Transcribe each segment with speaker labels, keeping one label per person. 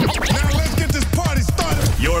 Speaker 1: let's get this party started.
Speaker 2: You're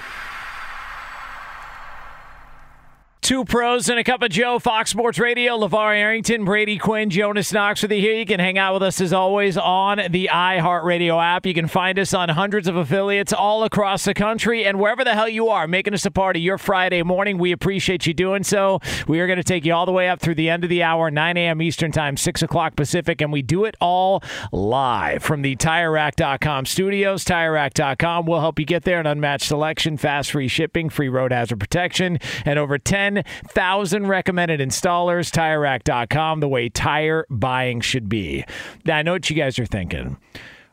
Speaker 3: Two pros and a cup of Joe, Fox Sports Radio, LeVar Arrington, Brady Quinn, Jonas Knox with you here. You can hang out with us as always on the iHeartRadio app. You can find us on hundreds of affiliates all across the country and wherever the hell you are, making us a part of your Friday morning. We appreciate you doing so. We are going to take you all the way up through the end of the hour, 9 a.m. Eastern Time, 6 o'clock Pacific, and we do it all live from the TireRack.com studios. TireRack.com will help you get there. An unmatched selection, fast free shipping, free road hazard protection, and over 10,000 recommended installers. TireRack.com, the way tire buying should be. Now, I know what you guys are thinking.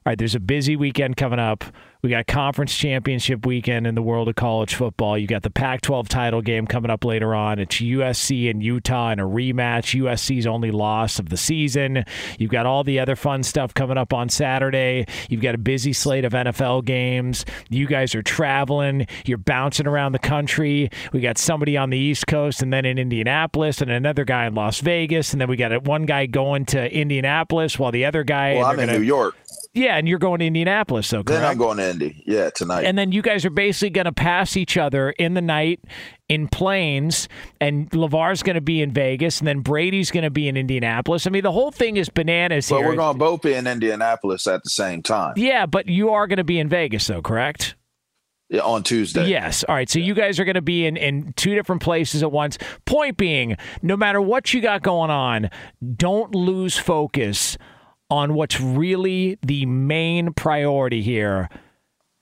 Speaker 3: All right, there's a busy weekend coming up. We got conference championship weekend in the world of college football. You got the Pac 12 title game coming up later on. It's USC and Utah in a rematch, USC's only loss of the season. You've got all the other fun stuff coming up on Saturday. You've got a busy slate of NFL games. You guys are traveling, you're bouncing around the country. We got somebody on the East Coast and then in Indianapolis, and another guy in Las Vegas. And then we got one guy going to Indianapolis while the other guy. and
Speaker 4: Well, I'm
Speaker 3: they're
Speaker 4: in
Speaker 3: gonna-
Speaker 4: New York.
Speaker 3: yeah, and you're going to Indianapolis, though, correct?
Speaker 4: Then I'm going to Indy. Yeah, tonight.
Speaker 3: and then you guys are basically going to pass each other in the night in planes, and Lavar's going to be in Vegas, and then Brady's going to be in Indianapolis. I mean, the whole thing is bananas
Speaker 4: but
Speaker 3: here.
Speaker 4: we're going to both be in Indianapolis at the same time
Speaker 3: yeah, but you are going to be in Vegas, though, correct?
Speaker 4: yeah, on Tuesday.
Speaker 3: Yes. All right. So you guys are going to be in, in two different places at once. Point being, no matter what you got going on, don't lose focus on what's really the main priority here.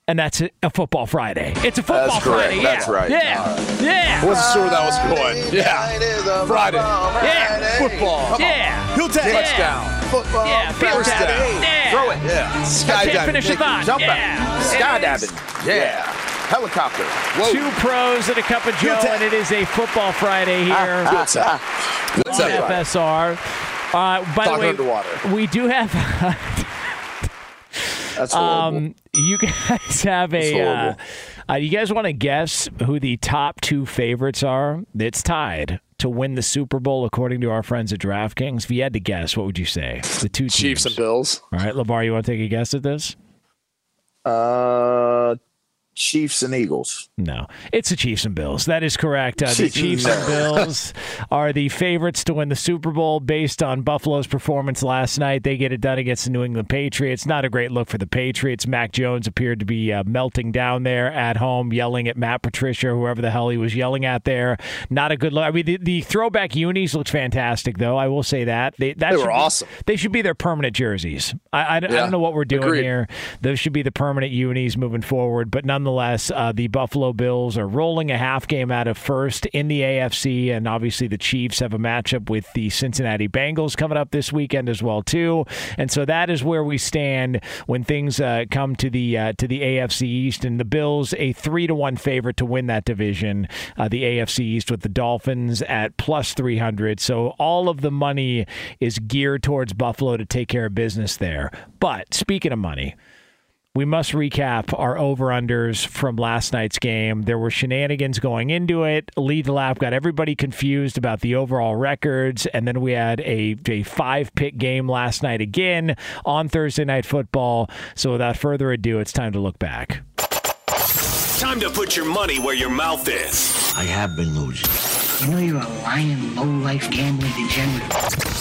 Speaker 3: And that's a, a football Friday. It's a football
Speaker 4: correct.
Speaker 3: Friday. Yeah.
Speaker 4: That's right.
Speaker 3: Yeah. Yeah.
Speaker 5: Wasn't sure where that was going. Yeah. Friday.
Speaker 3: Yeah.
Speaker 5: Football. Come on.
Speaker 3: Yeah.
Speaker 1: He'll take it.
Speaker 3: Yeah.
Speaker 4: Football.
Speaker 3: Yeah. Field
Speaker 5: First
Speaker 3: tap.
Speaker 5: down.
Speaker 3: Yeah.
Speaker 5: Throw it. Yeah.
Speaker 3: I can't finish the thought.
Speaker 5: Jump
Speaker 3: Yeah.
Speaker 5: out.
Speaker 3: It is-
Speaker 5: Skydiving. Yeah. Helicopter. Whoa.
Speaker 3: Two pros and a cup of Joe,
Speaker 5: tap.
Speaker 3: and it is a football Friday here.
Speaker 5: Ah, Good tap. Good tap.
Speaker 3: FSR. Uh, by
Speaker 5: Talking
Speaker 3: the way,
Speaker 5: underwater.
Speaker 3: we do have
Speaker 4: That's horrible.
Speaker 3: um, you guys have a. Uh,
Speaker 4: horrible.
Speaker 3: uh, you guys want to guess who the top two favorites are? That's tied to win the Super Bowl, according to our friends at DraftKings. If you had to guess, what would you say? The two
Speaker 6: Chiefs and
Speaker 3: teams.
Speaker 6: Bills.
Speaker 3: All right, Lavar, you want to take a guess at this?
Speaker 4: uh, Chiefs and Eagles.
Speaker 3: No, it's the Chiefs and Bills. That is correct. Uh, the
Speaker 4: Chiefs.
Speaker 3: Chiefs and Bills are the favorites to win the Super Bowl based on Buffalo's performance last night. They get it done against the New England Patriots. Not a great look for the Patriots. Mac Jones appeared to be uh, melting down there at home, yelling at Matt Patricia, whoever the hell he was yelling at there. Not a good look. I mean, the, the throwback unis looked fantastic, though. I will say that they that
Speaker 6: They
Speaker 3: should
Speaker 6: were
Speaker 3: be-
Speaker 6: awesome.
Speaker 3: they should be their permanent jerseys. I, I, I
Speaker 6: Yeah.
Speaker 3: don't know what we're doing
Speaker 6: Agreed.
Speaker 3: here. Those should be the permanent unis moving forward. But nonetheless, uh, the Buffalo Bills are rolling a half game out of first in the AFC, and obviously the Chiefs have a matchup with the Cincinnati Bengals coming up this weekend as well too. And so that is where we stand when things uh, come to the uh, to the AFC East and the Bills a three to one favorite to win that division, uh, the AFC East with the Dolphins at plus three hundred. So all of the money is geared towards Buffalo to take care of business there. But speaking of money we must recap our over unders from last night's game. There were shenanigans going into it. Lead the lap got everybody confused about the overall records. And then we had a, a five pick game last night again on Thursday Night Football. So without further ado, it's time to look back.
Speaker 2: Time to put your money where your mouth is.
Speaker 7: I have been losing.
Speaker 6: You know you're a lying, low-life gambling degenerate.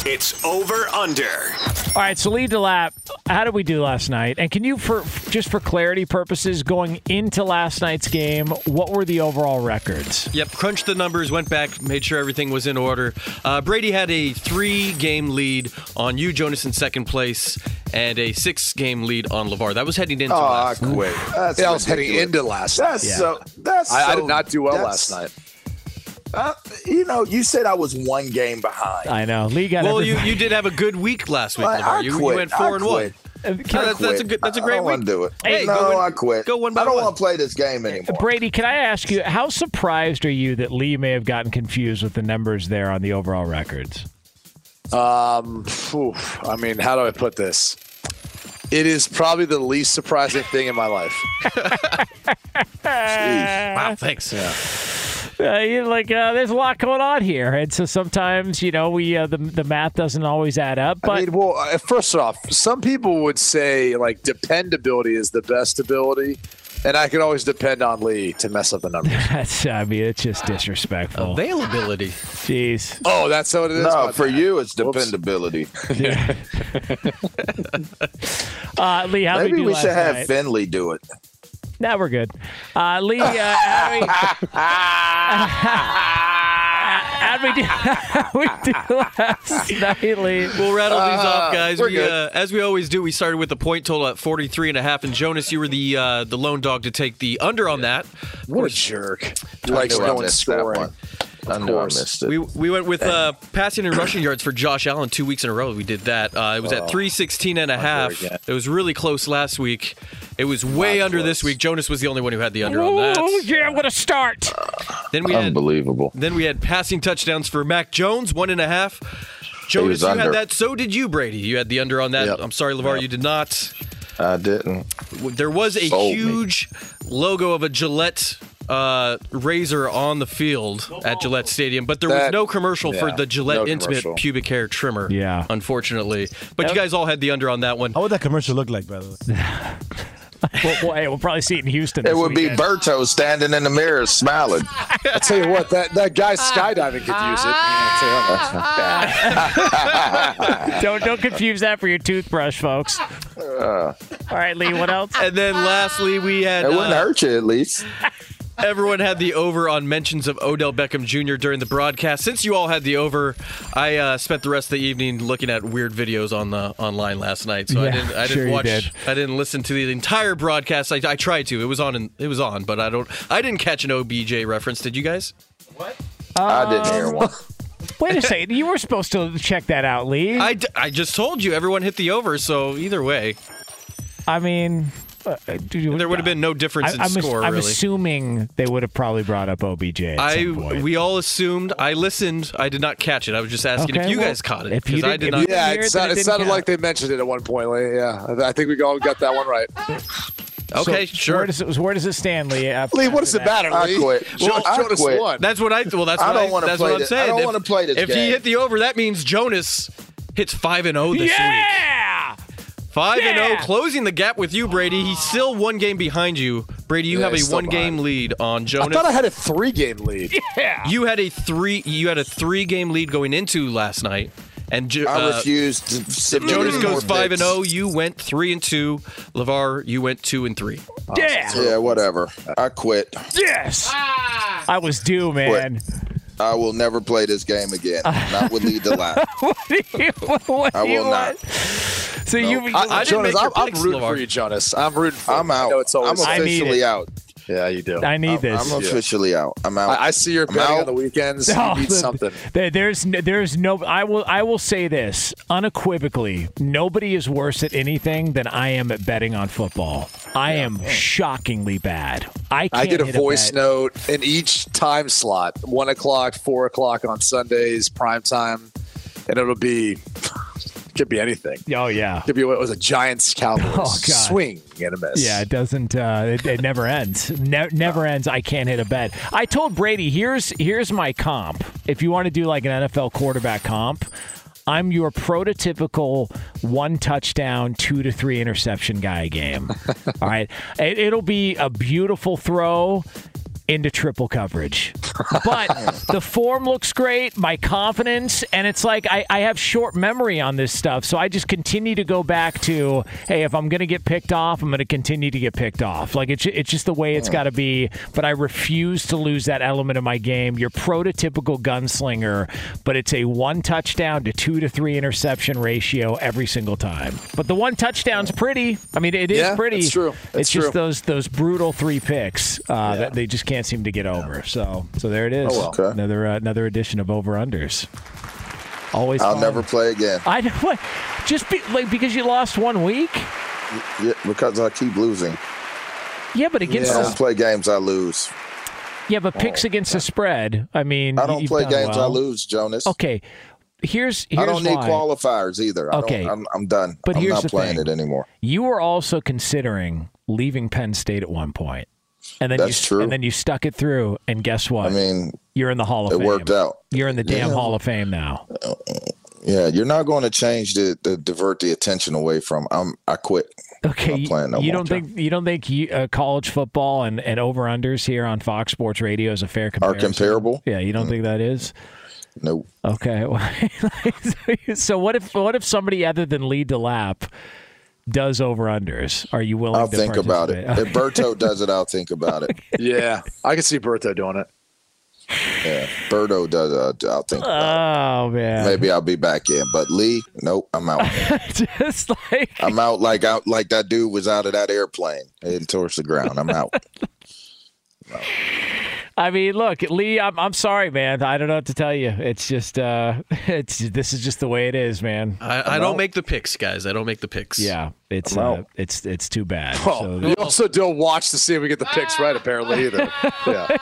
Speaker 2: It's over under.
Speaker 3: All right, so lead to lap. How did we do last night? And can you, for just for clarity purposes, going into last night's game, what were the overall records?
Speaker 8: Yep, crunched the numbers, went back, made sure everything was in order. Uh, Brady had a three game lead on you, Jonas, in second place, and a six game lead on LeVar. That was heading into
Speaker 4: Oh, I
Speaker 8: last.
Speaker 4: quit. That's
Speaker 5: Yeah, I was
Speaker 4: ridiculous.
Speaker 5: heading into last. night.
Speaker 4: That's so. That's.
Speaker 5: I, I
Speaker 4: so-
Speaker 5: did not do well last
Speaker 4: that's-
Speaker 5: night.
Speaker 4: Uh, you know, you said I was one game behind.
Speaker 3: I know. Lee got
Speaker 8: Well, you,
Speaker 3: everybody-
Speaker 8: you did have a good week last week,
Speaker 4: I, I
Speaker 8: LeVar. You,
Speaker 4: quit.
Speaker 8: you went four
Speaker 4: I
Speaker 8: and
Speaker 4: quit.
Speaker 8: one.
Speaker 3: Uh,
Speaker 8: No,
Speaker 3: can-
Speaker 8: that- that's a good. That's a
Speaker 4: I
Speaker 8: great
Speaker 4: don't
Speaker 8: week.
Speaker 4: wanna do it.
Speaker 8: Hey,
Speaker 4: no,
Speaker 8: go one-
Speaker 4: I quit.
Speaker 8: Go one by
Speaker 4: I don't
Speaker 8: one.
Speaker 4: want to play this game anymore.
Speaker 3: Brady, can I ask you, how surprised are you that Lee may have gotten confused with the numbers there on the overall records?
Speaker 5: Um, phew, I mean, how do I put this? It is probably the least surprising thing in my life.
Speaker 8: Wow, thanks.
Speaker 3: Uh, you like, uh, there's a lot going on here, and so sometimes you know we uh, the the math doesn't always add up. But
Speaker 5: I mean, well, uh, first off, some people would say like dependability is the best ability, and I could always depend on Lee to mess up the numbers.
Speaker 3: that's, I mean, it's just disrespectful.
Speaker 8: Availability.
Speaker 3: Jeez,
Speaker 5: oh, that's how it is.
Speaker 4: No,
Speaker 5: My
Speaker 4: for
Speaker 5: bad.
Speaker 4: you, it's
Speaker 5: Whoops.
Speaker 4: dependability.
Speaker 3: uh, Lee, how
Speaker 4: Maybe
Speaker 3: we do
Speaker 4: we
Speaker 3: last
Speaker 4: should have
Speaker 3: night?
Speaker 4: Finley do it.
Speaker 3: Now we're good. Uh, Lee, uh, how do we? How'd we do? how'd we do last night, Lee?
Speaker 8: We'll rattle these off, guys.
Speaker 5: Ah, we're
Speaker 8: We,
Speaker 5: good.
Speaker 8: uh, as we always do, we started with the point total at 43 and a half, and Jonas, you were the uh, the lone dog to take the under on that.
Speaker 5: What a jerk!
Speaker 4: I
Speaker 5: Likes
Speaker 4: knew I
Speaker 5: no one
Speaker 4: missed that
Speaker 5: scoring.
Speaker 4: one. I knew I missed it.
Speaker 8: We, we went with uh, passing and rushing yards for Josh Allen two weeks in a row. We did that. Uh, it was at 316 and a half.
Speaker 4: again.
Speaker 8: It was really close last week. It was way under this week. Jonas was the only one who had the under on
Speaker 3: Ooh,
Speaker 8: that.
Speaker 3: Oh, yeah, what a start!
Speaker 8: Then we had
Speaker 4: Unbelievable.
Speaker 8: then we had passing touchdowns for Mac Jones one and a half. Jonas,
Speaker 4: was
Speaker 8: you
Speaker 4: under.
Speaker 8: had that. So did you, Brady. You had the under on that.
Speaker 4: Yep.
Speaker 8: I'm sorry, Levar, you did not.
Speaker 4: I didn't.
Speaker 8: There was a
Speaker 4: Sold me.
Speaker 8: huge logo of a Gillette uh, razor on the field at Gillette Stadium, but there was
Speaker 5: That-
Speaker 8: no commercial for
Speaker 5: yeah,
Speaker 8: the Gillette
Speaker 5: no
Speaker 8: Intimate
Speaker 5: commercial.
Speaker 8: Pubic Hair Trimmer.
Speaker 3: Yeah.
Speaker 8: unfortunately, but you guys all had the under on that one.
Speaker 9: How would that commercial look like, by the way?
Speaker 3: We'll, we'll, hey, we'll probably see it in Houston.
Speaker 4: It
Speaker 3: this
Speaker 4: would be
Speaker 3: weekend.
Speaker 4: Berto standing in the mirror smiling.
Speaker 5: I tell you what, that that guy skydiving could use it. I tell you that much.
Speaker 3: Ah. don't don't confuse that for your toothbrush, folks. All right, Lee, what else?
Speaker 8: And then lastly, we had
Speaker 4: It wouldn't
Speaker 8: uh,
Speaker 4: hurt you at least.
Speaker 8: everyone had the over on mentions of Odell Beckham Jr. during the broadcast. Since you all had the over, I uh, spent the rest of the evening looking at weird videos on the online last night. So
Speaker 3: Yeah,
Speaker 8: I didn't, I
Speaker 3: sure
Speaker 8: didn't
Speaker 3: you
Speaker 8: watch,
Speaker 3: did.
Speaker 8: I didn't listen to the entire broadcast. I, I tried to. It was on, and it was on, but I don't, I didn't catch an OBJ reference. Did you guys?
Speaker 4: I didn't hear one.
Speaker 3: Um, Wait a second, you were supposed to check that out, Lee.
Speaker 8: I, d- I just told you everyone hit the over. So either way,
Speaker 3: I mean, uh, do-
Speaker 8: there would have been no difference in
Speaker 3: I'm, ass-
Speaker 8: score.
Speaker 3: I'm
Speaker 8: really.
Speaker 3: assuming they would have probably brought up OBJ. At
Speaker 8: I
Speaker 3: some point.
Speaker 8: we all assumed. I listened. I did not catch it. I was just asking if
Speaker 3: Okay,
Speaker 8: you
Speaker 3: well,
Speaker 8: guys caught it
Speaker 3: if you
Speaker 8: because I
Speaker 3: didn't- if
Speaker 8: did not.
Speaker 3: you-
Speaker 5: Yeah,
Speaker 3: Weird
Speaker 5: it,
Speaker 3: that
Speaker 5: sound-
Speaker 3: it
Speaker 5: it
Speaker 3: didn't
Speaker 5: sounded
Speaker 3: count.
Speaker 5: like they mentioned it at one point. Like, yeah, I, I think we all got that one right.
Speaker 3: So,
Speaker 8: Okay,
Speaker 3: so
Speaker 8: sure.
Speaker 3: Where does it, where does it stand, Lee? after-
Speaker 5: Lee, what does
Speaker 3: after
Speaker 5: it
Speaker 3: that?
Speaker 5: matter?
Speaker 4: I
Speaker 5: Lee?
Speaker 4: quit.
Speaker 5: Jo-
Speaker 4: I
Speaker 5: Jonas
Speaker 4: quit.
Speaker 5: won.
Speaker 8: That's what I. Well, that's
Speaker 4: I
Speaker 8: what
Speaker 4: don't wanna
Speaker 8: That's
Speaker 4: play
Speaker 8: what I'm
Speaker 4: this- I
Speaker 8: saying.
Speaker 4: don't
Speaker 8: If-
Speaker 4: wanna play this
Speaker 8: If he
Speaker 4: game.
Speaker 8: hit the over, that means Jonas hits five and zero this week.
Speaker 3: Yeah.
Speaker 8: Five and
Speaker 3: Yeah!
Speaker 8: zero, closing the gap with you, Brady. He's still one game behind you, Brady. You
Speaker 5: Yeah,
Speaker 8: have
Speaker 5: he's
Speaker 8: a
Speaker 5: still
Speaker 8: one game
Speaker 5: behind.
Speaker 8: lead on
Speaker 5: I
Speaker 8: Jonas.
Speaker 5: thought I had a three-game lead.
Speaker 8: you had a three. You had a three game lead going into last night, and Jo-
Speaker 4: I
Speaker 8: uh,
Speaker 4: refused to submit
Speaker 8: Jonas
Speaker 4: any more
Speaker 8: goes five and
Speaker 4: picks.
Speaker 8: zero. You went three and two. Lavar, you went two and three.
Speaker 3: Yeah.
Speaker 4: Yeah, whatever. I quit.
Speaker 3: Yes.
Speaker 8: Ah.
Speaker 3: I was due, man.
Speaker 4: I will never play this game again. Not with Lead the Lap.
Speaker 3: What
Speaker 4: I
Speaker 3: do you
Speaker 4: will not.
Speaker 3: want? So you.
Speaker 8: I- I didn't
Speaker 5: Jonas,
Speaker 8: make your
Speaker 5: I'm, I'm
Speaker 8: picks,
Speaker 5: rooting
Speaker 8: Lavar.
Speaker 5: for you, Jonas. I'm rooting for you.
Speaker 4: I'm
Speaker 5: I
Speaker 4: out.
Speaker 5: know it's
Speaker 4: I'm
Speaker 5: always
Speaker 3: I need
Speaker 4: officially
Speaker 3: it.
Speaker 4: out. Yeah, you do.
Speaker 3: I need
Speaker 4: I'm,
Speaker 3: this.
Speaker 4: I'm officially out. I'm out.
Speaker 7: I, I see your
Speaker 4: I'm
Speaker 7: betting on
Speaker 4: out.
Speaker 7: the weekends.
Speaker 3: Oh,
Speaker 4: No.
Speaker 7: You need
Speaker 4: the-
Speaker 7: something.
Speaker 3: There- There's no, there's no I will I will say this unequivocally nobody is worse at anything than I am at betting on football. I am shockingly bad. I can't
Speaker 7: I get a
Speaker 3: hit
Speaker 7: voice
Speaker 3: bet.
Speaker 7: note in each time slot, one o'clock, four o'clock on Sundays, prime time, and it'll be it could be anything.
Speaker 3: Oh yeah.
Speaker 7: Could be what was a Giants Cowboys
Speaker 3: Oh, God.
Speaker 7: swing and a miss.
Speaker 3: Yeah, it doesn't. Uh, it, it never ends. Ne- never ends. I can't hit a bet. I told Brady, here's here's my comp. If you want to do like an NFL quarterback comp, I'm your prototypical one touchdown, two to three interception guy game. All right, it, it'll be a beautiful throw into triple coverage. But the form looks great, my confidence, and it's like I, I have short memory on this stuff. So I just continue to go back to, hey, if I'm going to get picked off, I'm going to continue to get picked off. Like it's, it's just the way it's got to be. But I refuse to lose that element of my game. Your prototypical gunslinger, but it's a one touchdown to two to three interception ratio every single time. But the one touchdown's pretty. I mean, it is
Speaker 7: Yeah,
Speaker 3: pretty.
Speaker 7: that's true. That's
Speaker 3: it's just
Speaker 7: true.
Speaker 3: those those brutal three picks uh, that they just can't seem to get over. So so there it is.
Speaker 4: Oh, well. Okay.
Speaker 3: Another uh, another edition of over unders. Always.
Speaker 4: I'll
Speaker 3: fun.
Speaker 4: never play again.
Speaker 3: I know what. Just be, like because you lost one week.
Speaker 4: Yeah, because I keep losing.
Speaker 3: Yeah, but against
Speaker 4: I
Speaker 3: yeah,
Speaker 4: don't play games I lose.
Speaker 3: yeah but picks against the spread. I mean,
Speaker 4: I don't
Speaker 3: you've
Speaker 4: play
Speaker 3: done
Speaker 4: games I
Speaker 3: well.
Speaker 4: lose, Jonas.
Speaker 3: Okay. Here's here's
Speaker 4: I don't need
Speaker 3: why.
Speaker 4: qualifiers either. I
Speaker 3: Okay.
Speaker 4: Don't, I'm, I'm done.
Speaker 3: But
Speaker 4: I'm
Speaker 3: here's
Speaker 4: not
Speaker 3: the
Speaker 4: playing
Speaker 3: thing.
Speaker 4: it anymore.
Speaker 3: you were also considering leaving Penn State at one point, and then
Speaker 4: That's
Speaker 3: you
Speaker 4: true.
Speaker 3: and then you stuck it through, and guess what?
Speaker 4: I mean,
Speaker 3: you're in the Hall of
Speaker 4: it
Speaker 3: Fame.
Speaker 4: worked out.
Speaker 3: You're in the damn
Speaker 4: Yeah.
Speaker 3: Hall of Fame now.
Speaker 4: Yeah, you're not going to change the, the divert the attention away from. I'm I quit.
Speaker 3: Okay,
Speaker 4: I'm
Speaker 3: you-
Speaker 4: not playing no
Speaker 3: you
Speaker 4: more,
Speaker 3: don't think you don't think you, uh, college football and, and over unders here on Fox Sports Radio is a fair
Speaker 4: Are
Speaker 3: comparison?
Speaker 4: comparable? Mm.
Speaker 3: Yeah, you don't think that is?
Speaker 4: Nope.
Speaker 3: Okay. so what if what if somebody other than lead to lap does over unders? Are you willing
Speaker 4: I'll
Speaker 3: to
Speaker 4: think about it.
Speaker 3: participate?
Speaker 4: If Berto does it, I'll think about it.
Speaker 7: yeah. I can see Bertha doing it.
Speaker 4: Yeah, Berto does. it, I'll think. About
Speaker 3: Oh
Speaker 4: it.
Speaker 3: man.
Speaker 4: Maybe I'll be back in. But Lee, nope. I'm out.
Speaker 3: Just like
Speaker 4: I'm out like out like that dude was out of that airplane heading towards the ground. I'm out.
Speaker 3: I mean, look, Lee, I'm I'm sorry, man. I don't know what to tell you. It's just uh it's this is just the way it is, man.
Speaker 8: I, I don't make the picks, guys. I don't make the picks.
Speaker 3: Yeah, it's uh, it's it's too bad.
Speaker 7: Well,
Speaker 3: So-
Speaker 7: we also don't watch to see if we get the picks right, apparently, either. Yeah.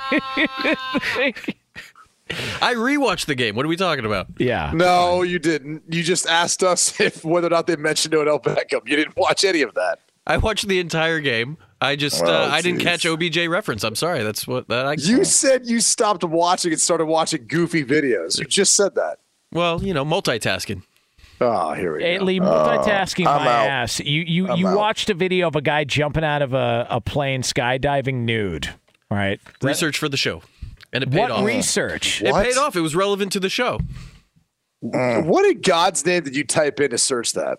Speaker 8: I rewatched the game. What are we talking about?
Speaker 3: yeah.
Speaker 7: No, you didn't. You just asked us if whether or not they mentioned Odell Beckham. You didn't watch any of that.
Speaker 8: I watched the entire game. I just uh,
Speaker 4: Oh,
Speaker 8: I didn't
Speaker 4: geez.
Speaker 8: catch OBJ reference. I'm sorry. That's what that I
Speaker 7: You said you stopped watching and started watching goofy videos. You just said that.
Speaker 8: well, you know, multitasking.
Speaker 7: Oh,
Speaker 4: Ah,
Speaker 7: here we
Speaker 3: Hey,
Speaker 7: go.
Speaker 3: Lee, multitasking
Speaker 4: Uh, I'm
Speaker 3: my
Speaker 4: out.
Speaker 3: ass. You you, you
Speaker 4: out.
Speaker 3: watched a video of a guy jumping out of a, a plane skydiving nude. All right.
Speaker 8: Research for the show. And it paid
Speaker 3: What
Speaker 8: off.
Speaker 3: research?
Speaker 8: It paid off. It was relevant to the show.
Speaker 4: Mm.
Speaker 7: What in God's name did you type in to search that?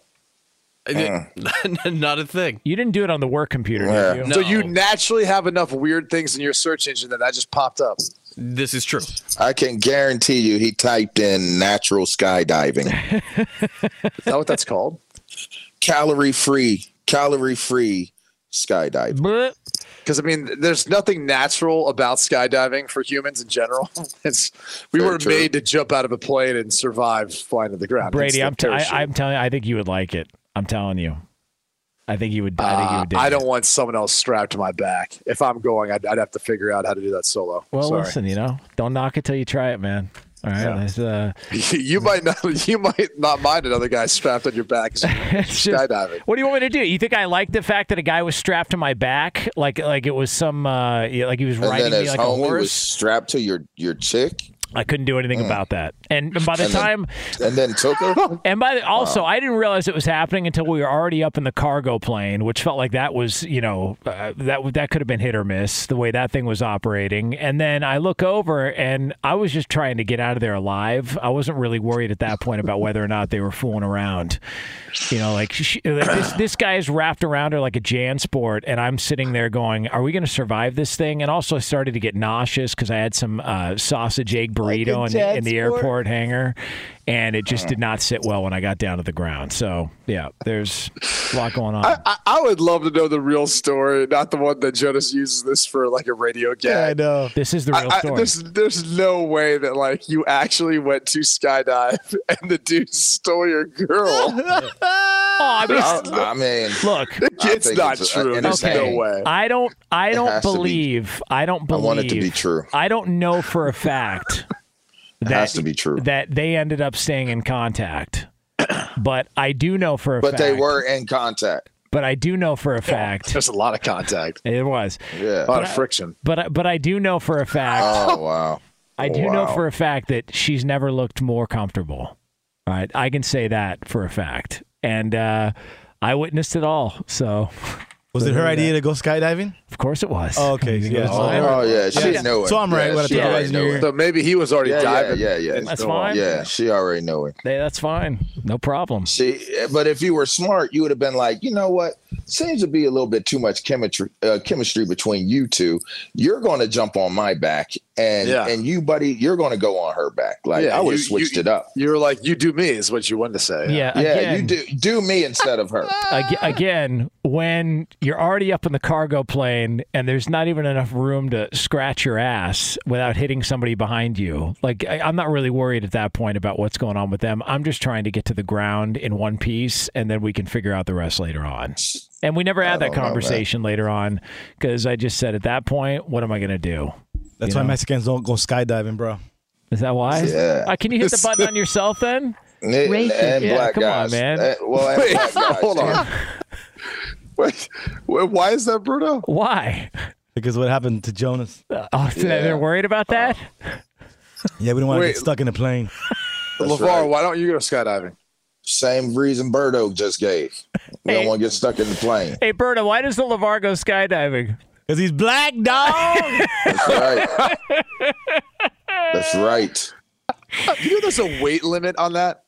Speaker 8: I
Speaker 4: Mm.
Speaker 8: did- Not a thing.
Speaker 3: You didn't do it on the work computer,
Speaker 4: Yeah.
Speaker 3: did you?
Speaker 8: No.
Speaker 7: Mm. So you naturally have enough weird things in your search engine that that just popped up.
Speaker 8: This is true.
Speaker 4: I can guarantee you, he typed in natural skydiving.
Speaker 7: Is that what that's called?
Speaker 4: calorie free, calorie free skydiving.
Speaker 3: Bleh.
Speaker 7: Because I mean, there's nothing natural about skydiving for humans in general. It's we
Speaker 4: Very
Speaker 7: were
Speaker 4: true.
Speaker 7: made to jump out of a plane and survive flying to the ground.
Speaker 3: Oh, Brady,
Speaker 7: It's the
Speaker 3: I'm t-
Speaker 7: parachute.
Speaker 3: I, I'm telling you, I think you would like it. I'm telling you. I think you would. I think you
Speaker 7: Uh,
Speaker 3: would. dig
Speaker 7: I
Speaker 3: it.
Speaker 7: don't want someone else strapped to my back. If I'm going, I'd, I'd have to figure out how to do that solo.
Speaker 3: Well,
Speaker 7: Sorry.
Speaker 3: listen, you know, don't knock it till you try it, man. All right.
Speaker 7: Yeah.
Speaker 3: That's, uh,
Speaker 7: you might not, you might not mind another guy strapped on your back as you're
Speaker 3: It's just-
Speaker 7: skydiving.
Speaker 3: What do you want me to do? You think I like the fact that a guy was strapped to my back, like like it was some, uh, yeah, like he was
Speaker 4: And
Speaker 3: riding
Speaker 4: then
Speaker 3: me
Speaker 4: his
Speaker 3: like a
Speaker 4: homie
Speaker 3: horse?
Speaker 4: was strapped to your your chick,
Speaker 3: I couldn't do anything about that. And by the
Speaker 4: And then-
Speaker 3: time,
Speaker 4: and then took her.
Speaker 3: and by the, also, I didn't realize it was happening until we were already up in the cargo plane, which felt like that was, you know, uh, that w- that could have been hit or miss the way that thing was operating. And then I look over, and I was just trying to get out of there alive. I wasn't really worried at that point about whether or not they were fooling around. You know, like, sh- like this this guy is wrapped around her like a JanSport, and I'm sitting there going, "Are we going to survive this thing?" And also, I started to get nauseous because I had some uh, sausage egg burrito in, the, in the airport hangar, and it just did not sit well when I got down to the ground. So yeah, there's a lot going on.
Speaker 7: I, I, I would love to know the real story, not the one that Jonas uses this for like a radio gag.
Speaker 9: Yeah, I know.
Speaker 3: This is the real
Speaker 7: I- I-
Speaker 3: story.
Speaker 7: there's, there's no way that like you actually went to skydive and the dude stole your girl.
Speaker 3: Oh, I mean,
Speaker 4: I, I mean,
Speaker 3: look,
Speaker 4: I
Speaker 7: It's
Speaker 4: think
Speaker 7: not
Speaker 4: uh,
Speaker 7: true.
Speaker 4: and
Speaker 7: There's
Speaker 4: it's
Speaker 7: no
Speaker 4: hanging.
Speaker 7: way.
Speaker 3: I don't. I don't
Speaker 4: has to be-
Speaker 3: believe. I don't
Speaker 4: I
Speaker 3: believe.
Speaker 4: want it to be true.
Speaker 3: I don't know for a fact
Speaker 4: It has to be true.
Speaker 3: that they ended up staying in contact, but I do know for a
Speaker 4: but
Speaker 3: fact.
Speaker 4: they were in contact.
Speaker 3: But I do know for a fact
Speaker 7: There's a lot of contact,
Speaker 3: it was.
Speaker 7: a
Speaker 4: Yeah.
Speaker 7: lot of friction.
Speaker 3: But I- but I do know for a fact.
Speaker 4: Oh wow.
Speaker 3: I do know
Speaker 4: wow.
Speaker 3: for a fact that she's never looked more comfortable. All right, I can say that for a fact, and uh, I witnessed it all. So
Speaker 9: Was it her idea to go skydiving?
Speaker 3: of course it was.
Speaker 9: Oh, okay.
Speaker 3: You
Speaker 9: Yeah,
Speaker 3: go,
Speaker 9: so-
Speaker 3: "Oh,
Speaker 4: Oh yeah, she
Speaker 9: Yeah.
Speaker 4: knew it.
Speaker 9: So I'm right,
Speaker 4: Yeah,
Speaker 9: what I
Speaker 4: she
Speaker 9: thought I
Speaker 4: already
Speaker 9: was
Speaker 4: knew
Speaker 9: near.
Speaker 4: it.
Speaker 7: So maybe he was already
Speaker 4: Yeah, yeah,
Speaker 7: diving.
Speaker 4: yeah, yeah.
Speaker 3: That's
Speaker 7: So,
Speaker 3: fine.
Speaker 4: Yeah, she already knew it.
Speaker 3: Hey, that's fine. No problem.
Speaker 4: She, but if you were smart, you would have been like, you know what? Seems to be a little bit too much chemistry uh, chemistry between you two. You're going to jump on my back, and
Speaker 7: Yeah.
Speaker 4: and you, buddy, you're going to go on her back. Like
Speaker 7: Yeah,
Speaker 4: I would
Speaker 7: you-
Speaker 4: have switched
Speaker 7: you-
Speaker 4: it up.
Speaker 7: You were like, "You do me," is what you wanted to say.
Speaker 3: Yeah,
Speaker 4: Yeah,
Speaker 3: again,
Speaker 4: you do do me instead of her.
Speaker 3: ag- again, when you're already up in the cargo plane and there's not even enough room to scratch your ass without hitting somebody behind you, like I, I'm not really worried at that point about what's going on with them. I'm just trying to get to the ground in one piece, and then we can figure out the rest later on. And we never had that
Speaker 4: don't know, man.
Speaker 3: conversation later on because I just said at that point, what am I going to do?
Speaker 9: That's
Speaker 3: You
Speaker 9: why
Speaker 3: know?
Speaker 9: Mexicans don't go skydiving, bro.
Speaker 3: Is that why?
Speaker 4: Yeah.
Speaker 3: Uh, can you hit the button on yourself then?
Speaker 4: And,
Speaker 6: Racist.
Speaker 4: and
Speaker 3: Yeah,
Speaker 4: black
Speaker 3: come on,
Speaker 4: guys,
Speaker 3: man.
Speaker 4: Uh, well, and black guys.
Speaker 7: Hold on. Wait, wait, why is that, Bruno?
Speaker 3: Why?
Speaker 9: Because what happened to Jonas?
Speaker 3: Oh, they're worried about that.
Speaker 4: Uh,
Speaker 9: Yeah, we don't want to
Speaker 7: Wait.
Speaker 9: get stuck in a plane.
Speaker 4: That's
Speaker 7: Lavar,
Speaker 4: right.
Speaker 7: why don't you go skydiving?
Speaker 4: Same reason Burdo just gave. We
Speaker 3: Hey.
Speaker 4: don't want to get stuck in the plane.
Speaker 3: Hey, Berta, why does the Lavar go skydiving?
Speaker 9: Because he's black, dog.
Speaker 4: That's right. That's right. Uh,
Speaker 7: You know, there's a weight limit on that.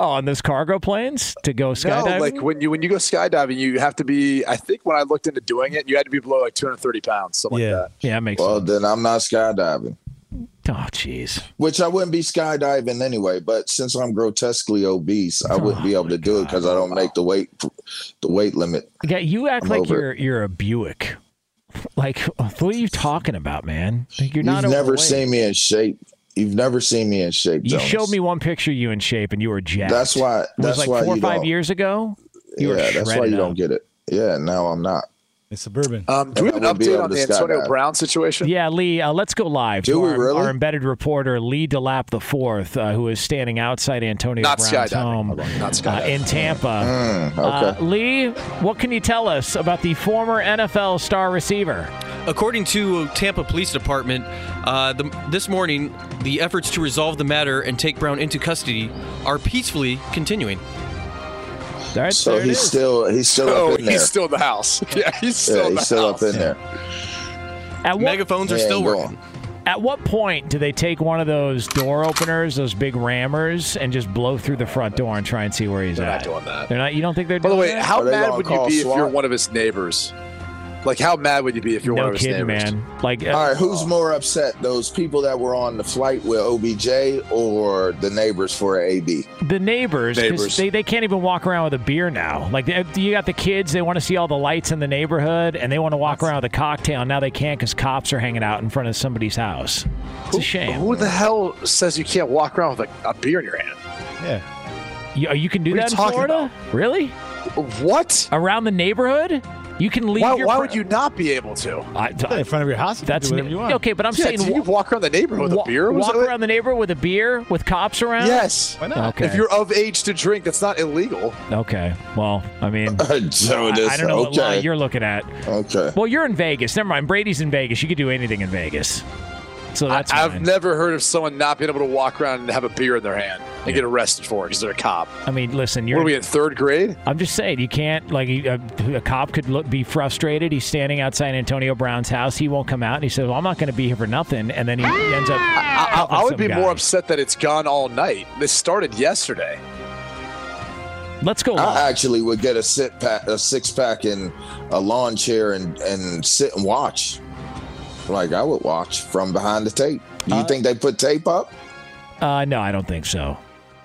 Speaker 3: Oh, on those cargo planes to go skydiving?
Speaker 7: No, like when you when you go skydiving, you have to be. I think when I looked into doing it, you had to be below like 230 pounds, something
Speaker 9: Yeah.
Speaker 7: like
Speaker 3: yeah, it makes
Speaker 4: Well, then I'm not skydiving.
Speaker 3: Oh, jeez.
Speaker 4: which I wouldn't be skydiving anyway. But since I'm grotesquely obese, I wouldn't
Speaker 3: Oh,
Speaker 4: be able to do it because I don't make the weight the weight limit.
Speaker 3: Yeah, you act
Speaker 4: I'm
Speaker 3: like
Speaker 4: over it.
Speaker 3: you're you're a Buick. Like, what are you talking about, man? Like, you're not
Speaker 4: You've never
Speaker 3: overweight.
Speaker 4: seen me in shape. You've never seen me in shape.
Speaker 3: You
Speaker 4: Jonas.
Speaker 3: showed me one picture of you in shape, and you were jacked.
Speaker 4: That's why.
Speaker 3: It was
Speaker 4: That's
Speaker 3: like
Speaker 4: why
Speaker 3: four or
Speaker 4: you
Speaker 3: five
Speaker 4: don't,
Speaker 3: years ago. You were
Speaker 4: Yeah, that's why
Speaker 3: shredded
Speaker 4: you
Speaker 3: up.
Speaker 4: don't get it. Yeah, no, I'm not.
Speaker 9: it's suburban.
Speaker 7: that. Um, do we have
Speaker 4: I
Speaker 7: an
Speaker 4: wouldn't be
Speaker 7: update
Speaker 4: able
Speaker 7: on
Speaker 4: to
Speaker 7: the Antonio
Speaker 4: skydive.
Speaker 7: Brown situation?
Speaker 3: Yeah, Lee, uh, let's go live
Speaker 4: Do
Speaker 3: to
Speaker 4: we
Speaker 3: our,
Speaker 4: really?
Speaker 3: our embedded reporter, Lee DeLapp the fourth, uh, who is standing outside Antonio
Speaker 7: Not
Speaker 3: Brown's
Speaker 7: skydiving.
Speaker 3: home
Speaker 7: Not
Speaker 3: uh,
Speaker 7: skydiving.
Speaker 3: in Tampa.
Speaker 4: Mm, Okay.
Speaker 3: Uh, Lee, what can you tell us about the former NFL star receiver?
Speaker 8: According to Tampa Police Department, uh, the, this morning, the efforts to resolve the matter and take Brown into custody are peacefully continuing.
Speaker 3: All right,
Speaker 4: so
Speaker 3: there it
Speaker 4: he's
Speaker 3: is.
Speaker 4: still he's still
Speaker 7: Oh,
Speaker 4: up in there.
Speaker 7: he's still in the house. Yeah, he's still
Speaker 4: yeah,
Speaker 7: in the
Speaker 4: he's still
Speaker 7: house.
Speaker 4: up in there.
Speaker 3: at what,
Speaker 8: Megaphones are
Speaker 4: Yeah,
Speaker 8: still
Speaker 4: go on.
Speaker 8: working.
Speaker 3: at what point do they take one of those door openers, those big rammers, and just blow through the front door and try and see where he's
Speaker 7: They're
Speaker 3: at?
Speaker 7: not doing that.
Speaker 3: They're not. You don't think they're
Speaker 7: By the
Speaker 3: doing
Speaker 7: way,
Speaker 3: that?
Speaker 7: how
Speaker 4: Are they
Speaker 7: mad
Speaker 4: gonna
Speaker 7: would you
Speaker 4: call
Speaker 7: be if you're
Speaker 4: SWAT?
Speaker 7: one of his neighbors? Like, how mad would you be if you're one
Speaker 3: no
Speaker 7: of his
Speaker 3: kidding,
Speaker 7: neighbors?
Speaker 3: man. Like, uh,
Speaker 4: All right, who's more upset? Those people that were on the flight with OBJ or the neighbors for AB?
Speaker 3: the neighbors, 'cause
Speaker 7: Neighbors.
Speaker 3: They, they can't even walk around with a beer now. Like they- you got the kids, they want to see all the lights in the neighborhood, and they want to walk around with a cocktail. Now they can't because cops are hanging out in front of somebody's house. It's a shame.
Speaker 7: Who the hell says you can't walk around with a, a beer in your hand?
Speaker 9: yeah.
Speaker 3: you, oh, you can do
Speaker 7: What are
Speaker 3: that
Speaker 7: you
Speaker 3: in Florida?
Speaker 7: talking
Speaker 3: Really?
Speaker 7: What?
Speaker 3: Around the neighborhood? You can leave
Speaker 7: Why,
Speaker 3: your.
Speaker 7: why
Speaker 3: pre-
Speaker 7: would you not be able to?
Speaker 3: I,
Speaker 9: Yeah,
Speaker 3: I-
Speaker 9: In front of your house, you
Speaker 3: that's
Speaker 9: can do whatever you want.
Speaker 3: okay, but I'm
Speaker 7: Yeah,
Speaker 3: saying
Speaker 7: do you
Speaker 3: wa-
Speaker 7: walk around the neighborhood with
Speaker 3: wa-
Speaker 7: a beer? Was
Speaker 3: walk
Speaker 7: it-
Speaker 3: around the neighborhood with a beer with cops around.
Speaker 7: Yes.
Speaker 9: Why not?
Speaker 3: Okay.
Speaker 7: If you're of age to drink, that's not illegal.
Speaker 3: okay. Well, I mean, I,
Speaker 4: Jonas,
Speaker 3: I don't know what law
Speaker 4: okay,
Speaker 3: you're looking at.
Speaker 4: okay.
Speaker 3: Well, you're in Vegas. Never mind. Brady's in Vegas. You could do anything in Vegas. So that's
Speaker 7: I,
Speaker 3: fine.
Speaker 7: have never heard of someone not being able to walk around and have a beer in their hand and get arrested for it because they're a cop.
Speaker 3: I mean, listen,
Speaker 7: What
Speaker 3: you're.
Speaker 7: are we in third grade?
Speaker 3: I'm just saying, you can't like you- a, a cop could look, be frustrated. He's standing outside Antonio Brown's house. He won't come out, and he says, "Well, I'm not going to be here for nothing." And then he ends up.
Speaker 7: I, I, I
Speaker 3: cuffing
Speaker 7: would
Speaker 3: some
Speaker 7: be
Speaker 3: guy.
Speaker 7: more upset that it's gone all night. This started yesterday.
Speaker 3: Let's go.
Speaker 4: I
Speaker 3: live.
Speaker 4: actually would get a sit pack, a six pack, and a lawn chair, and and sit and watch. Like I would watch from behind the tape. Do you think they put tape up?
Speaker 3: Uh, no, I don't think so.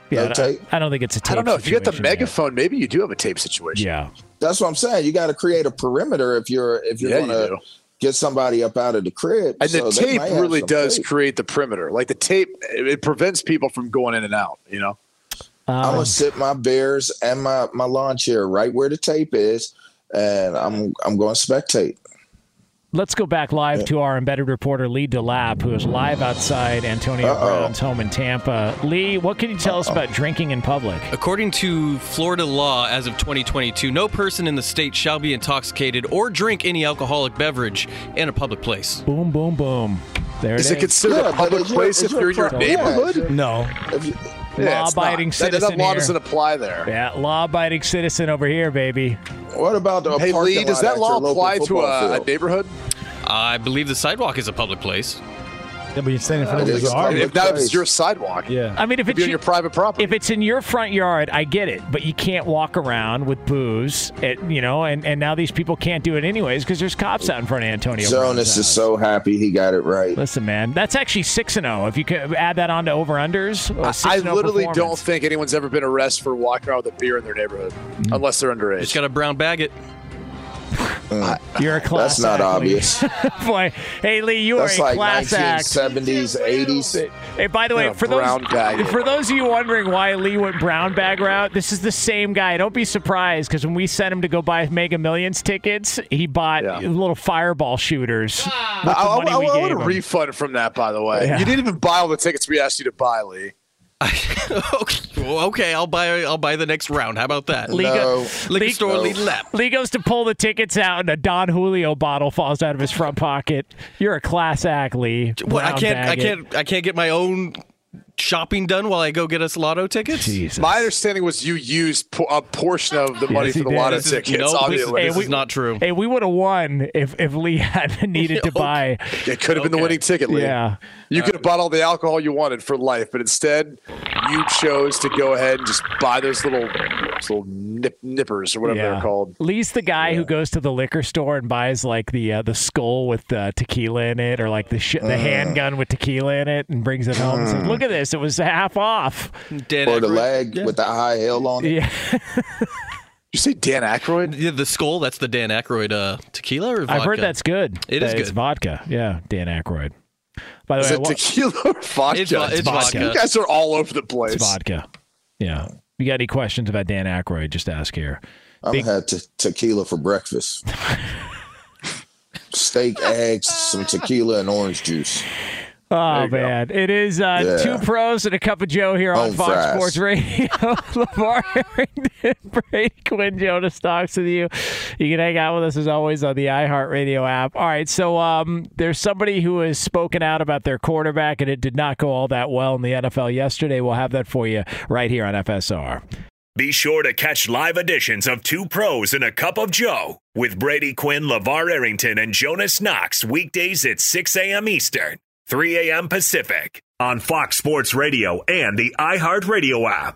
Speaker 3: Yeah,
Speaker 4: No
Speaker 3: I-
Speaker 4: tape?
Speaker 3: I, don't think it's a tape.
Speaker 7: I don't know. If you got the
Speaker 3: situation yet.
Speaker 7: megaphone, maybe you do have a tape situation.
Speaker 3: Yeah.
Speaker 4: That's what I'm saying. You got to create a perimeter if you're if you're
Speaker 7: Yeah, you
Speaker 4: gonna
Speaker 7: do.
Speaker 4: get somebody up out of the crib.
Speaker 7: And the
Speaker 4: So they
Speaker 7: tape
Speaker 4: might have
Speaker 7: really
Speaker 4: some
Speaker 7: does
Speaker 4: tape.
Speaker 7: create the perimeter. Like the tape, it it prevents people from going in and out, you know?
Speaker 4: I'm
Speaker 3: Um,
Speaker 4: gonna sit my bears and my my lawn chair right where the tape is, and I'm I'm going to spectate.
Speaker 3: Let's go back live to our embedded reporter Lee DeLapp, who is live outside Antonio
Speaker 4: Uh-oh.
Speaker 3: Brown's home in Tampa. Lee, what can you tell us about drinking in public?
Speaker 8: According to Florida law as of 2022, no person in the state shall be intoxicated or drink any alcoholic beverage in a public place.
Speaker 3: Boom, boom, boom. There
Speaker 7: Is it
Speaker 3: it is.
Speaker 7: considered
Speaker 4: Yeah,
Speaker 7: a
Speaker 4: but
Speaker 7: public
Speaker 4: is your-
Speaker 7: place
Speaker 4: is
Speaker 7: if
Speaker 4: your
Speaker 7: you're in your
Speaker 4: pro- yeah,
Speaker 7: neighborhood?
Speaker 4: is
Speaker 9: No.
Speaker 4: If you,
Speaker 7: Yeah, it's not.
Speaker 3: Law-abiding
Speaker 7: That- that
Speaker 3: citizen
Speaker 7: law
Speaker 3: here.
Speaker 7: doesn't apply there.
Speaker 3: Yeah, law-abiding citizen over here, baby.
Speaker 4: what about the
Speaker 7: Hey,
Speaker 4: parking
Speaker 7: Lee, does
Speaker 4: lot at
Speaker 7: that law
Speaker 4: your local
Speaker 7: apply to
Speaker 4: football
Speaker 7: a, a
Speaker 4: field?
Speaker 7: neighborhood?
Speaker 8: I believe the sidewalk is a public place.
Speaker 9: Yeah, but you're standing in front
Speaker 4: It
Speaker 9: of
Speaker 4: is
Speaker 9: the
Speaker 4: a
Speaker 9: yard.
Speaker 4: public
Speaker 7: If not, if
Speaker 4: place.
Speaker 7: it's your sidewalk.
Speaker 9: Yeah.
Speaker 3: I mean, if
Speaker 7: It'd be
Speaker 3: it's your
Speaker 7: on your private property.
Speaker 3: if it's in your front yard, I get it, but you can't walk around with booze, at, you know. And, and now these people can't do it anyways because there's cops out in front of Antonio. Brown's
Speaker 4: Jonas is
Speaker 3: house.
Speaker 4: so happy he got it right.
Speaker 3: Listen, man, that's actually six and zero. If you could add that on to over unders,
Speaker 7: I
Speaker 3: oh
Speaker 7: literally don't think anyone's ever been arrested for walking around with a beer in their neighborhood,
Speaker 3: Mm.
Speaker 7: unless they're underage.
Speaker 8: Just got a brown bag it.
Speaker 3: you're a class.
Speaker 4: That's
Speaker 3: act,
Speaker 4: not
Speaker 3: Lee.
Speaker 4: obvious.
Speaker 3: Boy, hey Lee, you
Speaker 4: That's
Speaker 3: are a
Speaker 4: like
Speaker 3: class act.
Speaker 4: 1970s, 80s.
Speaker 3: Hey, by the way,
Speaker 7: Yeah,
Speaker 3: for those
Speaker 7: brown bag it.
Speaker 3: for those of you wondering why Lee went brown bag route, this is the same guy. Don't be surprised because when we sent him to go buy Mega Millions tickets, he bought
Speaker 7: Yeah.
Speaker 3: little fireball shooters. with the
Speaker 7: I, I,
Speaker 3: money
Speaker 7: I,
Speaker 3: we
Speaker 7: I
Speaker 3: gave
Speaker 7: want a
Speaker 3: him.
Speaker 7: refund from that, by the way.
Speaker 3: Yeah.
Speaker 7: You didn't even buy all the tickets we asked you to buy, Lee.
Speaker 8: okay, well, okay, I'll buy. I'll buy the next round. How about that?
Speaker 3: Lee go-
Speaker 4: No.
Speaker 8: Liquor
Speaker 3: Lee-
Speaker 8: store
Speaker 4: No.
Speaker 8: lead lap.
Speaker 3: Lee goes to pull the tickets out, and a Don Julio bottle falls out of his front pocket. You're a class act, Lee.
Speaker 8: What? I
Speaker 3: Brown
Speaker 8: can't. I
Speaker 3: bag it.
Speaker 8: can't. I can't get my own shopping done while I go get us lotto tickets.
Speaker 3: Jesus.
Speaker 7: My understanding was you used po- a portion of the money
Speaker 3: he
Speaker 7: for the
Speaker 3: did.
Speaker 7: lotto
Speaker 8: This is-
Speaker 7: tickets.
Speaker 8: no, this is-
Speaker 7: obviously,
Speaker 8: this is not true.
Speaker 3: Hey, we would have won if if Lee had needed to buy.
Speaker 7: it could have been the
Speaker 8: Okay.
Speaker 7: winning ticket, Lee.
Speaker 3: Yeah.
Speaker 7: You could have bought all the alcohol you wanted for life, but instead, you chose to go ahead and just buy those little, those little nip, nippers or whatever they're called.
Speaker 3: Lee's the guy who goes to the liquor store and buys like the uh, the skull with uh, tequila in it, or like the sh-
Speaker 7: Mm.
Speaker 3: the handgun with tequila in it, and brings it home. and says, Look at this! It was half off.
Speaker 8: Dan
Speaker 4: Or the
Speaker 8: Aykroyd.
Speaker 4: leg with the high heel on it.
Speaker 3: Yeah,
Speaker 7: Did you say Dan Aykroyd?
Speaker 8: Yeah, the skull. That's the Dan Aykroyd uh, tequila or vodka.
Speaker 3: I've heard that's good.
Speaker 8: It is
Speaker 3: That It's
Speaker 8: good.
Speaker 3: vodka. Yeah, Dan Aykroyd. By the
Speaker 7: Is
Speaker 3: way, I
Speaker 7: it
Speaker 3: wa-
Speaker 7: tequila or vodka?
Speaker 8: It's, vo- it's
Speaker 3: vodka.
Speaker 8: vodka.
Speaker 7: You guys are all over the place.
Speaker 3: it's vodka. Yeah. You got any questions about Dan Aykroyd? Just ask here.
Speaker 4: I'm gonna have te- tequila for breakfast. Steak, eggs, some tequila, and orange juice.
Speaker 3: Oh
Speaker 7: you go.
Speaker 3: man, it is uh,
Speaker 4: Yeah.
Speaker 3: two pros and a cup of Joe here on
Speaker 4: Home
Speaker 3: Fox
Speaker 4: fries.
Speaker 3: Sports Radio. Lavar Harrington, Brady Quinn, Jonas talks with you. You can hang out with us as always on the iHeartRadio app. All right, so um, there's somebody who has spoken out about their quarterback, and it did not go all that well in the NFL yesterday. We'll have that for you right here on FSR.
Speaker 10: Be sure to catch live editions of Two Pros and a Cup of Joe with Brady Quinn, Lavar Errington, and Jonas Knox weekdays at 6 a.m. Eastern, 3 a.m. Pacific on Fox Sports Radio and the iHeartRadio app.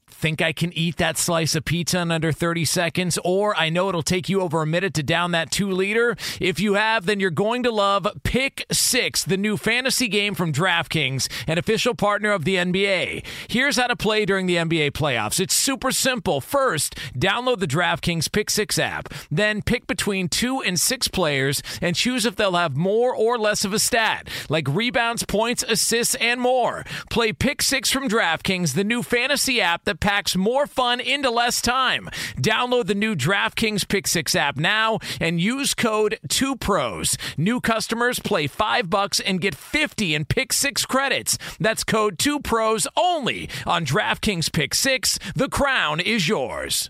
Speaker 3: think I can eat that slice of pizza in under 30 seconds, or I know it'll take you over a minute to down that two liter. If you have, then you're going to love Pick Six, the new fantasy game from DraftKings, an official partner of the NBA. Here's how to play during the NBA playoffs it's super simple. First, download the DraftKings Pick Six app, then pick between two and six players and choose if they'll have more or less of a stat, like rebounds, points, assists, and more. Play Pick Six from DraftKings, the new fantasy app that packs more fun into less time. Download the new DraftKings Pick Six app now and use code 2PROS. New customers play 5 bucks and get 50 in Pick Six credits. That's code 2PROS only on DraftKings Pick Six. The crown is yours.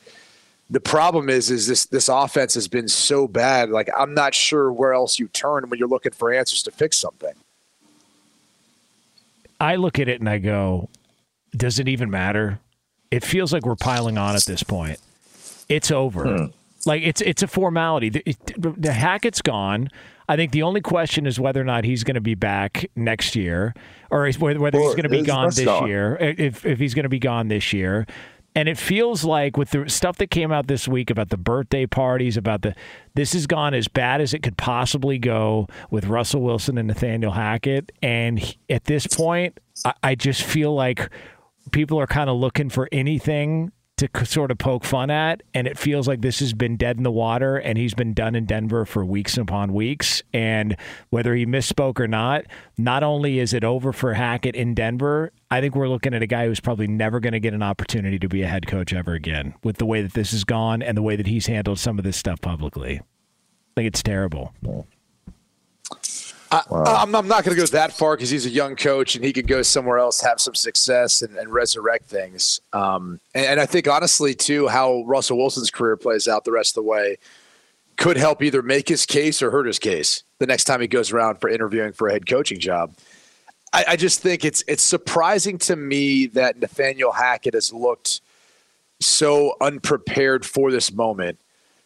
Speaker 7: The problem is is this this offense has been so bad. Like I'm not sure where else you turn when you're looking for answers to fix something.
Speaker 3: I look at it and I go, does it even matter? It feels like we're piling on at this point. It's over.
Speaker 11: Hmm.
Speaker 3: Like it's it's a formality. The, it, the Hackett's gone. I think the only question is whether or not he's going to be back next year, or is- whether whether he's
Speaker 11: Or
Speaker 3: going to be
Speaker 11: is
Speaker 3: gone this
Speaker 11: Prescott.
Speaker 3: year. If if he's going to be gone this year, and it feels like with the stuff that came out this week about the birthday parties, about the this has gone as bad as it could possibly go with Russell Wilson and Nathaniel Hackett, and he- at this point, I, I just feel like people are kind of looking for anything to c- sort of poke fun at and it feels like this has been dead in the water and he's been done in Denver for weeks upon weeks and whether he misspoke or not not only is it over for Hackett in Denver I think we're looking at a guy who's probably never going to get an opportunity to be a head coach ever again with the way that this has gone and the way that he's handled some of this stuff publicly I think it's terrible
Speaker 7: I, I'm, I'm not going to go that far because he's a young coach and he could go somewhere else, have some success, and, and resurrect things. Um, and, and I think, honestly, too, how Russell Wilson's career plays out the rest of the way could help either make his case or hurt his case the next time he goes around for interviewing for a head coaching job. I, I just think it's it's surprising to me that Nathaniel Hackett has looked so unprepared for this moment,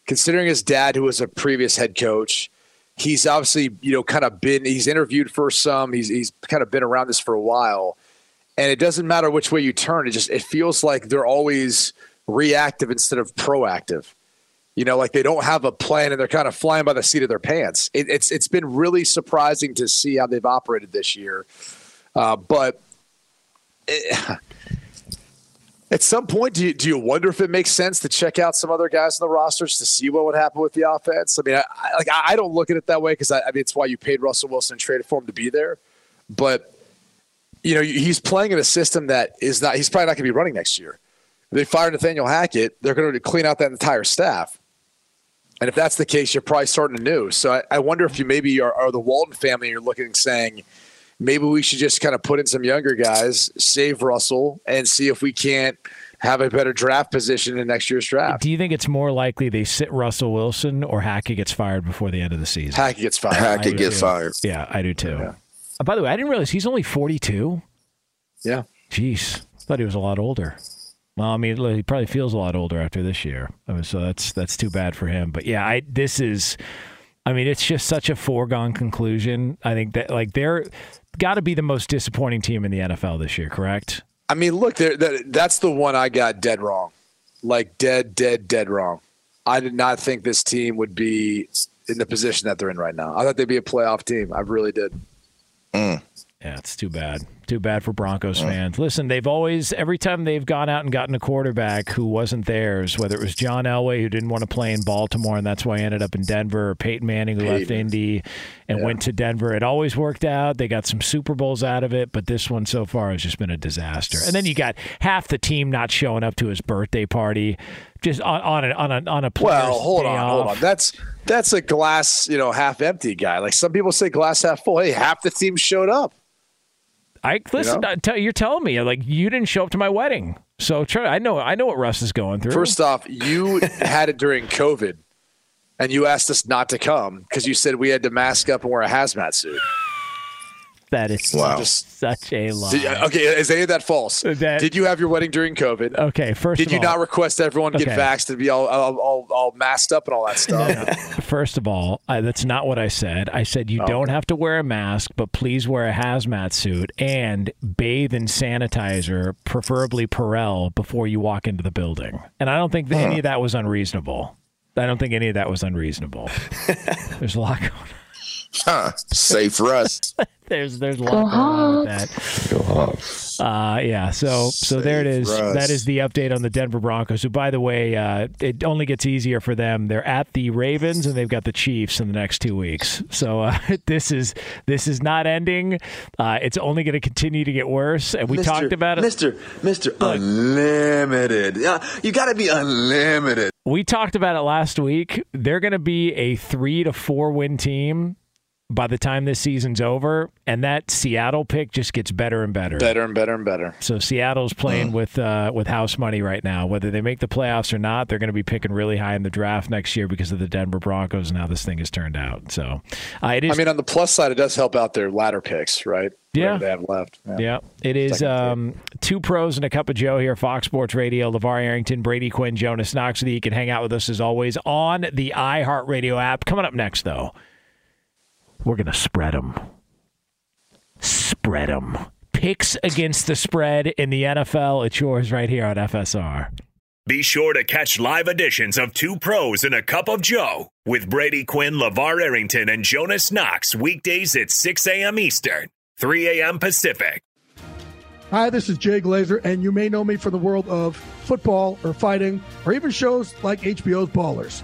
Speaker 7: considering his dad, who was a previous head coach. He's obviously, you know, kind of been, he's interviewed for some, he's, he's kind of been around this for a while. And it doesn't matter which way you turn, it just, it feels like they're always reactive instead of proactive. You know, like they don't have a plan and they're kind of flying by the seat of their pants. It, it's, it's been really surprising to see how they've operated this year. Uh, but eh, it- at some point, do you, do you wonder if it makes sense to check out some other guys on the rosters to see what would happen with the offense? I mean, I, I, like I I don't look at it that way because I, I mean it's why you paid Russell Wilson and traded for him to be there. But you know he's playing in a system that is not he's probably not going to be running next year. They fire Nathaniel Hackett, they're going to clean out that entire staff. And if that's the case, you're probably starting anew. So I, I wonder if you maybe are, are the Walton family. You're looking and saying, maybe we should just kind of put in some younger guys, save Russell, and see if we can't have a better draft position in next year's draft.
Speaker 3: do you think it's more likely they sit Russell Wilson or Hackett gets fired before the end of the season
Speaker 7: Hackett gets fired.
Speaker 3: I do too. yeah I do too Uh, by the way I didn't realize he's only 42
Speaker 7: Yeah.
Speaker 3: Jeez, I thought he was a lot older. Well, I mean, he probably feels a lot older after this year. I mean, so that's that's too bad for him. But yeah, I this is, I mean, it's just such a foregone conclusion. I think that like they're got to be the most disappointing team in the NFL this year, correct?
Speaker 7: I mean, look, there that that's the one I got dead wrong, like dead, dead, dead wrong. I did not think this team would be in the position that they're in right now. I thought they'd be a playoff team. I really did. Mm.
Speaker 3: Yeah, it's too bad. Too bad for Broncos fans. Listen, they've always every time they've gone out and gotten a quarterback who wasn't theirs, whether it was John Elway who didn't want to play in Baltimore and that's why he ended up in Denver, or Peyton Manning who left
Speaker 11: Peyton.
Speaker 3: Indy and went to Denver. It always worked out. They got some Super Bowls out of it, but this one so far has just been a disaster. And then you got half the team not showing up to his birthday party, just on on a on a on a player's
Speaker 7: Well, hold
Speaker 3: day
Speaker 7: on, hold
Speaker 3: off.
Speaker 7: on. That's that's a glass, you know, half empty guy. Like some people say, glass half full. Hey, half the team showed up.
Speaker 3: I listen.
Speaker 7: know?
Speaker 3: I tell, you're telling me like you didn't show up to my wedding, so try, I know I know what Russ is going through.
Speaker 7: First off, you had it during COVID, and you asked us not to come because you said we had to mask up and wear a hazmat suit.
Speaker 3: that is
Speaker 7: Wow.
Speaker 3: just such a lie.
Speaker 7: Did- okay, is any of that false? Did you have your wedding during COVID?
Speaker 3: Okay, Uh, first
Speaker 7: Did
Speaker 3: of
Speaker 7: you
Speaker 3: all-
Speaker 7: not request everyone get
Speaker 3: Okay.
Speaker 7: vaxxed to be all all, all all masked up and all that stuff?
Speaker 3: First of all, I, that's not what I said. I said
Speaker 7: Oh.
Speaker 3: you don't have to wear a mask, but please wear a hazmat suit and bathe in sanitizer, preferably Perel, before you walk into the building. And I don't think that
Speaker 7: Hmm.
Speaker 3: any of that was unreasonable. I don't think any of that was unreasonable. There's a lot going on.
Speaker 4: Huh. Safe for us.
Speaker 3: There's there's a lot going on with that. Uh, yeah. So so there it is.
Speaker 11: Russ.
Speaker 3: That is the update on the Denver Broncos. Who, by the way, uh, it only gets easier for them. They're at the Ravens and they've got the Chiefs in the next two weeks. So uh, this is this is not ending. Uh, it's only going to continue to get worse. And we
Speaker 12: Mister-
Speaker 3: talked about it,
Speaker 12: Mister Mister Unlimited. Yeah, you got to be unlimited.
Speaker 3: We talked about it last week. They're going to be a three to four win team by the time this season's over, and that Seattle pick just gets better and better.
Speaker 7: Better and better and better.
Speaker 3: So Seattle's playing with uh, with house money right now. Whether they make the playoffs or not, they're going to be picking really high in the draft next year because of the Denver Broncos and how this thing has turned out. So uh, it is.
Speaker 7: I mean, on the plus side, it does help out their ladder picks, right?
Speaker 3: Yeah.
Speaker 7: whatever they have left.
Speaker 3: Yeah, it is
Speaker 7: Second
Speaker 3: um, two pros and a cup of Joe here, Fox Sports Radio. LeVar Arrington, Brady Quinn, Jonas Knox. That you can hang out with us as always on the iHeartRadio app. Coming up next, though, we're gonna spread them, spread them. Picks against the spread in the NFL. It's yours right here on FSR.
Speaker 10: Be sure to catch live editions of Two Pros and a Cup of Joe with Brady Quinn, Lavar Errington, and Jonas Knox weekdays at 6 a.m. Eastern, 3 a.m. Pacific.
Speaker 11: Hi, this is Jay Glazer, and you may know me from the world of football or fighting or even shows like HBO's Ballers.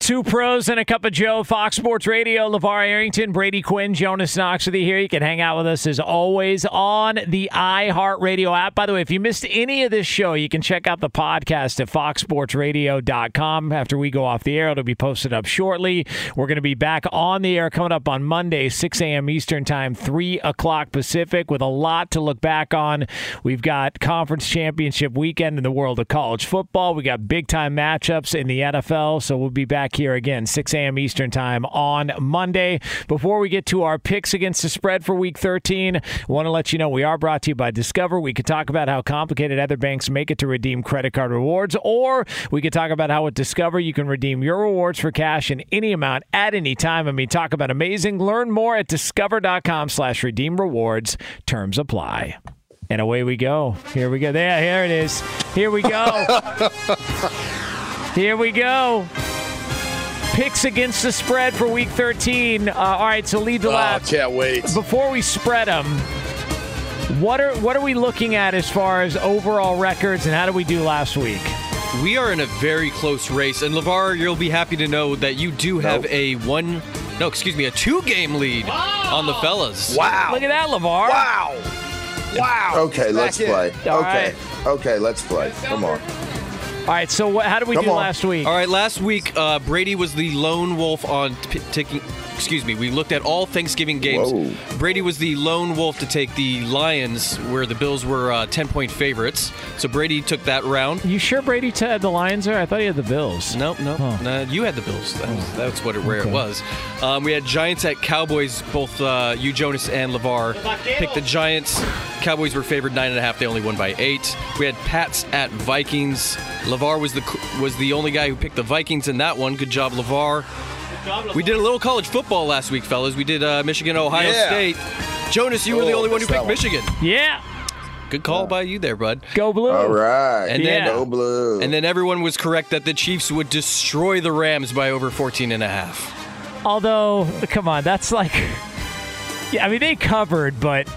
Speaker 3: Two pros and a cup of Joe, Fox Sports Radio, LeVar Arrington, Brady Quinn, Jonas Knox with you here. You can hang out with us as always on the iHeartRadio app. By the way, if you missed any of this show, you can check out the podcast at foxsportsradio.com. After we go off the air, it'll be posted up shortly. We're going to be back on the air coming up on Monday, 6 a.m. Eastern Time, 3 o'clock Pacific, with a lot to look back on. We've got conference championship weekend in the world of college football. We got big time matchups in the NFL, so we'll be back back here again, 6 a.m. Eastern Time on Monday. Before we get to our picks against the spread for Week 13, I want to let you know we are brought to you by Discover. We could talk about how complicated other banks make it to redeem credit card rewards, or we could talk about how with Discover you can redeem your rewards for cash in any amount at any time. I mean, talk about amazing. Learn more at discover.com/slash redeem rewards. Terms apply. And away we go. Here we go. There, here it is. Here we go. here we go. Picks against the spread for week 13. Uh, all right, so lead the
Speaker 7: Oh,
Speaker 3: lap.
Speaker 7: can't wait.
Speaker 3: Before we spread them, what are what are we looking at as far as overall records and how did we do last week?
Speaker 8: We are in a very close race, and Lavar, you'll be happy to know that you do have a one, no, excuse me, a two-game lead on the fellas.
Speaker 4: Wow.
Speaker 3: Look at that, Lavar.
Speaker 8: Wow.
Speaker 7: Wow.
Speaker 4: Okay, let's play.
Speaker 3: All
Speaker 4: okay.
Speaker 3: right.
Speaker 4: Okay, let's play. Come on.
Speaker 3: All right, so what, how did we do last week?
Speaker 8: All right, last week uh, Brady was the lone wolf on t- taking. Excuse me. We looked at all Thanksgiving games. Brady was the lone wolf to take the Lions, where the Bills were uh, ten-point favorites. So Brady took that round.
Speaker 3: You sure Brady t- had the Lions there? I thought he had the Bills.
Speaker 8: Nope, nope. No, you had the Bills. That was, that's what it, where
Speaker 3: Okay.
Speaker 8: it was. Um, we had Giants at Cowboys. Both uh, you, Jonas, and Levar picked the Giants. Cowboys were favored nine and a half. They only won by eight. We had Pats at Vikings. Levar was the was the only guy who picked the Vikings in that one. Good job, Levar. We did a little college football last week, fellas. We did uh, Michigan, Ohio
Speaker 3: Yeah.
Speaker 8: State. Jonas, you were the
Speaker 3: Oh,
Speaker 8: only one who
Speaker 3: missed that
Speaker 8: picked
Speaker 3: one.
Speaker 8: Michigan.
Speaker 3: Yeah.
Speaker 8: Good call by you there, bud.
Speaker 3: Go blue. All
Speaker 4: right.
Speaker 8: And then
Speaker 3: Yeah. Go
Speaker 4: blue.
Speaker 8: And then everyone was correct that the Chiefs would destroy the Rams by over 14 and a half.
Speaker 3: Although, come on, that's like, yeah, I mean they covered, but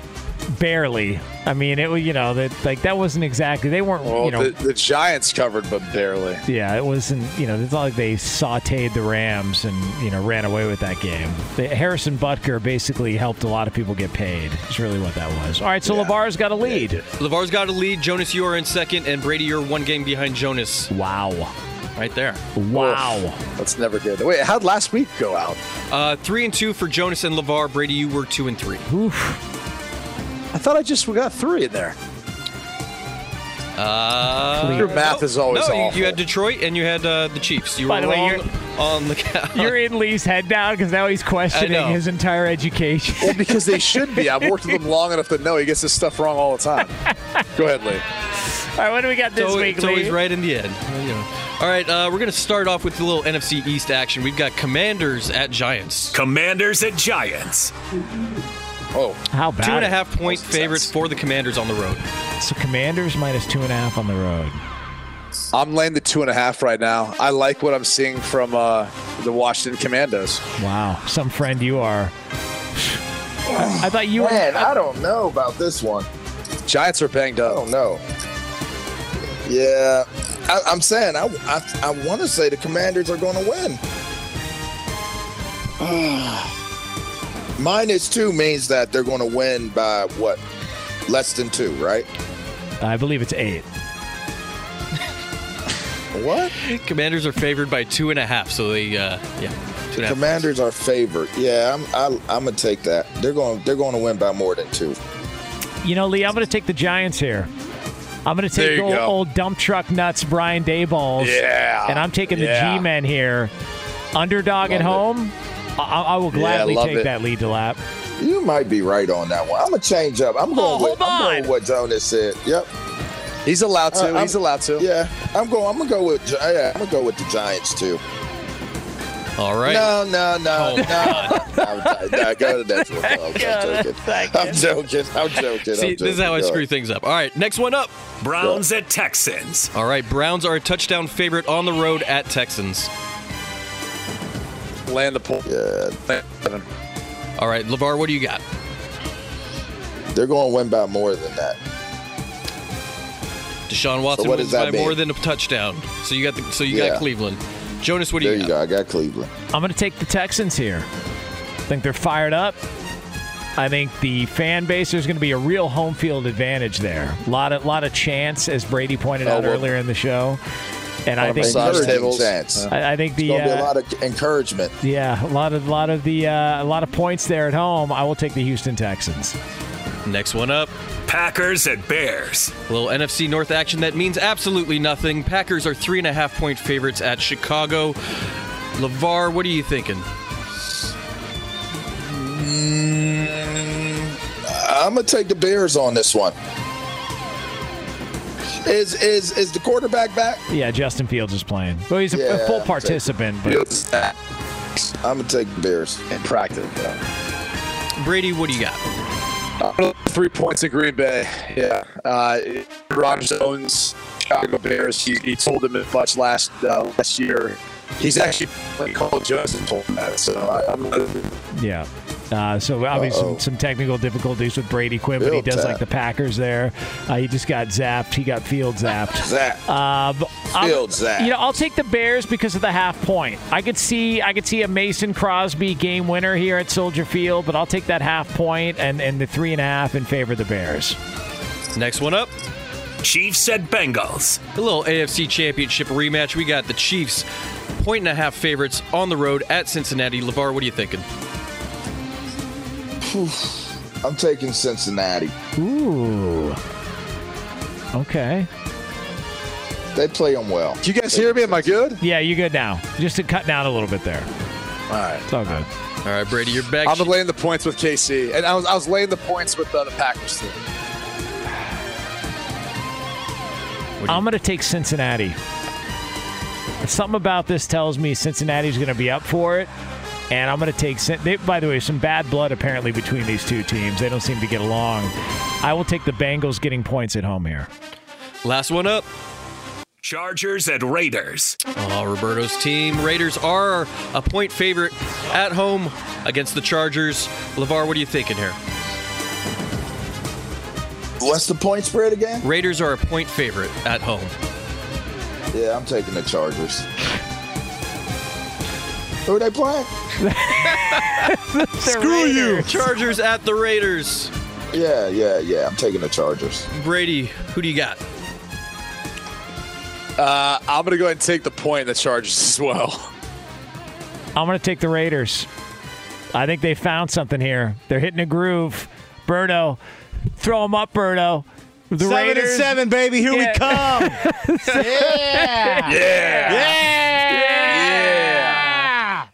Speaker 3: barely. I mean it was, you know, that like that wasn't exactly they weren't,
Speaker 7: Well,
Speaker 3: you know,
Speaker 7: the, the Giants covered, but barely.
Speaker 3: yeah, it wasn't, you know, it's not like they sautéed the Rams and you know ran away with that game. The, Harrison Butker basically helped a lot of people get paid. Is really what that was. All right, so Lavar's got a lead.
Speaker 8: LeVar's got a lead. Jonas, you are in second. And Brady, you're one game behind Jonas.
Speaker 3: Wow.
Speaker 8: Right there.
Speaker 3: Wow.
Speaker 7: That's never good. Wait, how'd last week go out?
Speaker 8: Uh, three and two for Jonas and LeVar. Brady, you were two and three.
Speaker 7: I thought I just we got three in there.
Speaker 8: Uh,
Speaker 7: Your math
Speaker 8: no,
Speaker 7: is always
Speaker 8: no, you- You,
Speaker 7: awful.
Speaker 8: had Detroit and you had uh, the Chiefs. You
Speaker 3: By
Speaker 8: were
Speaker 3: the way,
Speaker 8: wrong
Speaker 3: you're-
Speaker 8: on the count.
Speaker 3: You're in Lee's head now because now he's questioning
Speaker 8: know.
Speaker 3: his entire education.
Speaker 7: Well, because they should be. I've worked with him long enough to know he gets this stuff wrong all the time. Go ahead, Lee.
Speaker 3: All right, what do we got this
Speaker 8: it's always,
Speaker 3: week,
Speaker 8: it's always
Speaker 3: Lee?
Speaker 8: right in the end. You know. All right, uh, we're going to start off with a little NFC East action. We've got Commanders at Giants.
Speaker 10: Commanders at Giants.
Speaker 7: Oh,
Speaker 3: How
Speaker 8: Two
Speaker 3: bad?
Speaker 8: and a half point favorites for the Commanders on the road.
Speaker 3: So Commanders minus two and a half on the road.
Speaker 7: I'm laying the two and a half right now. I like what I'm seeing from uh, the Washington Commandos.
Speaker 3: Wow, some friend you are. I thought you
Speaker 4: Man, I don't know about this one.
Speaker 7: Giants are banged up.
Speaker 4: I don't know. Yeah, I, I'm saying I I, I want to say the Commanders are going to win. Minus two means that they're going to win by what? Less than two, right?
Speaker 3: I believe it's eight.
Speaker 4: What?
Speaker 8: Commanders are favored by two and a half, so they, uh, yeah, two and a half.
Speaker 4: Commanders are favored. Yeah, I'm I, I'm gonna take that. They're going they're going to win by more than two.
Speaker 3: You know, Lee, I'm going to take the Giants here. I'm going to
Speaker 4: There
Speaker 3: take
Speaker 4: you
Speaker 3: old,
Speaker 4: go.
Speaker 3: old dump truck nuts, Brian Dayballs.
Speaker 7: Yeah.
Speaker 3: And I'm taking
Speaker 7: Yeah.
Speaker 3: the G-Men here. Underdog at home. I, I will gladly
Speaker 4: love
Speaker 3: take
Speaker 4: it.
Speaker 3: that lead to lap.
Speaker 4: You might be right on that one. I'm gonna change up. I'm going
Speaker 3: Oh,
Speaker 4: with I'm going with what Jonas said. Yep.
Speaker 7: He's allowed to.
Speaker 4: Uh, I'm-
Speaker 7: He's allowed to.
Speaker 4: Yeah, I'm going. I'm gonna go with. Gi- Yeah, I'm gonna go with the Giants too.
Speaker 8: All right.
Speaker 4: No, no, no,
Speaker 8: Oh,
Speaker 4: no. I'm, no. Go to the next one. No, I'm joking. I'm joking. I'm joking.
Speaker 8: See,
Speaker 4: I'm
Speaker 8: this is
Speaker 4: joking.
Speaker 8: how I
Speaker 4: Go
Speaker 8: screw
Speaker 4: ahead.
Speaker 8: things up. All right, next one up.
Speaker 10: Browns at Texans.
Speaker 8: All right, Browns are a touchdown favorite on the road at Texans.
Speaker 7: Land the point.
Speaker 4: Yeah.
Speaker 8: All right, Levar, what do you got?
Speaker 4: They're going to win by more than that.
Speaker 8: Deshaun Watson
Speaker 4: what does
Speaker 8: wins
Speaker 4: that
Speaker 8: by
Speaker 4: mean?
Speaker 8: more than a touchdown. So you got the, so you
Speaker 4: Yeah.
Speaker 8: got Cleveland. Jonas, what do
Speaker 4: There
Speaker 8: you
Speaker 4: you
Speaker 8: got?
Speaker 4: go. I got Cleveland.
Speaker 3: I'm going to take the Texans here. think they're fired up. I think the fan base there's going to be a real home field advantage there. A lot of lot of chance, as Brady pointed
Speaker 4: Oh,
Speaker 3: out
Speaker 4: well-
Speaker 3: earlier in the show. And I
Speaker 4: On
Speaker 3: think
Speaker 4: massage
Speaker 3: the-
Speaker 4: tables. Chance.
Speaker 3: I, I think
Speaker 4: It's
Speaker 3: the
Speaker 4: going to be a
Speaker 3: uh,
Speaker 4: lot of encouragement.
Speaker 3: yeah, a lot of lot of the uh, a lot of points there at home. I will take the Houston Texans.
Speaker 8: Next one up.
Speaker 10: Packers at Bears.
Speaker 8: A little NFC North action that means absolutely nothing. Packers are three and a half point favorites at Chicago. Lavar, what are you thinking?
Speaker 4: I'm gonna take the Bears on this one. Is is is the quarterback back?
Speaker 3: Yeah, Justin Fields is playing. Well, he's a, a
Speaker 4: Yeah,
Speaker 3: full
Speaker 4: I'll take
Speaker 3: participant, but
Speaker 4: Fields is back. I'm gonna take the Bears in practice.
Speaker 8: Brady, what do you got?
Speaker 7: Three points in Green Bay. Yeah. Uh, Rodgers owns Chicago Bears. He, he told them as much last uh, last year. He's actually like Cole Jones and told him that. So I, I'm
Speaker 3: yeah. Uh, so obviously some, some technical difficulties with Brady Quinn, but he
Speaker 7: Bill
Speaker 3: does
Speaker 7: tap.
Speaker 3: like the Packers there. Uh, he just got zapped. He got field zapped.
Speaker 4: Zapped.
Speaker 3: Um, I'm-
Speaker 4: Field zapped.
Speaker 3: You know, I'll take the Bears because of the half point. I could see I could see a Mason Crosby game winner here at Soldier Field, but I'll take that half point and, and the three and a half in favor of the Bears.
Speaker 8: Next one up.
Speaker 10: Chiefs at Bengals.
Speaker 8: A little AFC Championship rematch. We got the Chiefs, point and a half favorites on the road at Cincinnati. Lavar, what are you thinking?
Speaker 4: I'm taking Cincinnati.
Speaker 3: Ooh. Okay.
Speaker 4: They play them well.
Speaker 7: Do you guys hear me? Am I good?
Speaker 3: Yeah, you good now. Just to cut down a little bit there.
Speaker 7: All right.
Speaker 3: It's all good.
Speaker 8: All right, Brady, you're back.
Speaker 7: I'm laying the points with KC, and I was I was laying the points with uh, the Packers too.
Speaker 3: I'm going to take Cincinnati. Something about this tells me Cincinnati's going to be up for it, and I'm going to take. Cin- They, by the way, some bad blood apparently between these two teams. They don't seem to get along. I will take the Bengals getting points at home here.
Speaker 8: Last one up.
Speaker 10: Chargers at Raiders.
Speaker 8: Oh, Roberto's team. Raiders are a point favorite at home against the Chargers. Lavar, what are you thinking here?
Speaker 4: What's the point spread again?
Speaker 8: Raiders are a point favorite at home.
Speaker 4: Yeah, I'm taking the Chargers. Who are they playing?
Speaker 8: Screw you! Chargers at the Raiders.
Speaker 4: Yeah, yeah, yeah. I'm taking the Chargers.
Speaker 8: Brady, who do you got?
Speaker 7: Uh, I'm gonna go ahead and take the point in the Chargers as well.
Speaker 3: I'm going to take the Raiders. I think they found something here. They're hitting a groove. Burdo, throw them up, Burdo. The
Speaker 9: Seven and
Speaker 3: Raiders,
Speaker 9: seven, baby. Here we come.
Speaker 3: yeah.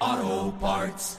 Speaker 13: Auto Parts.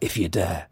Speaker 14: if you dare.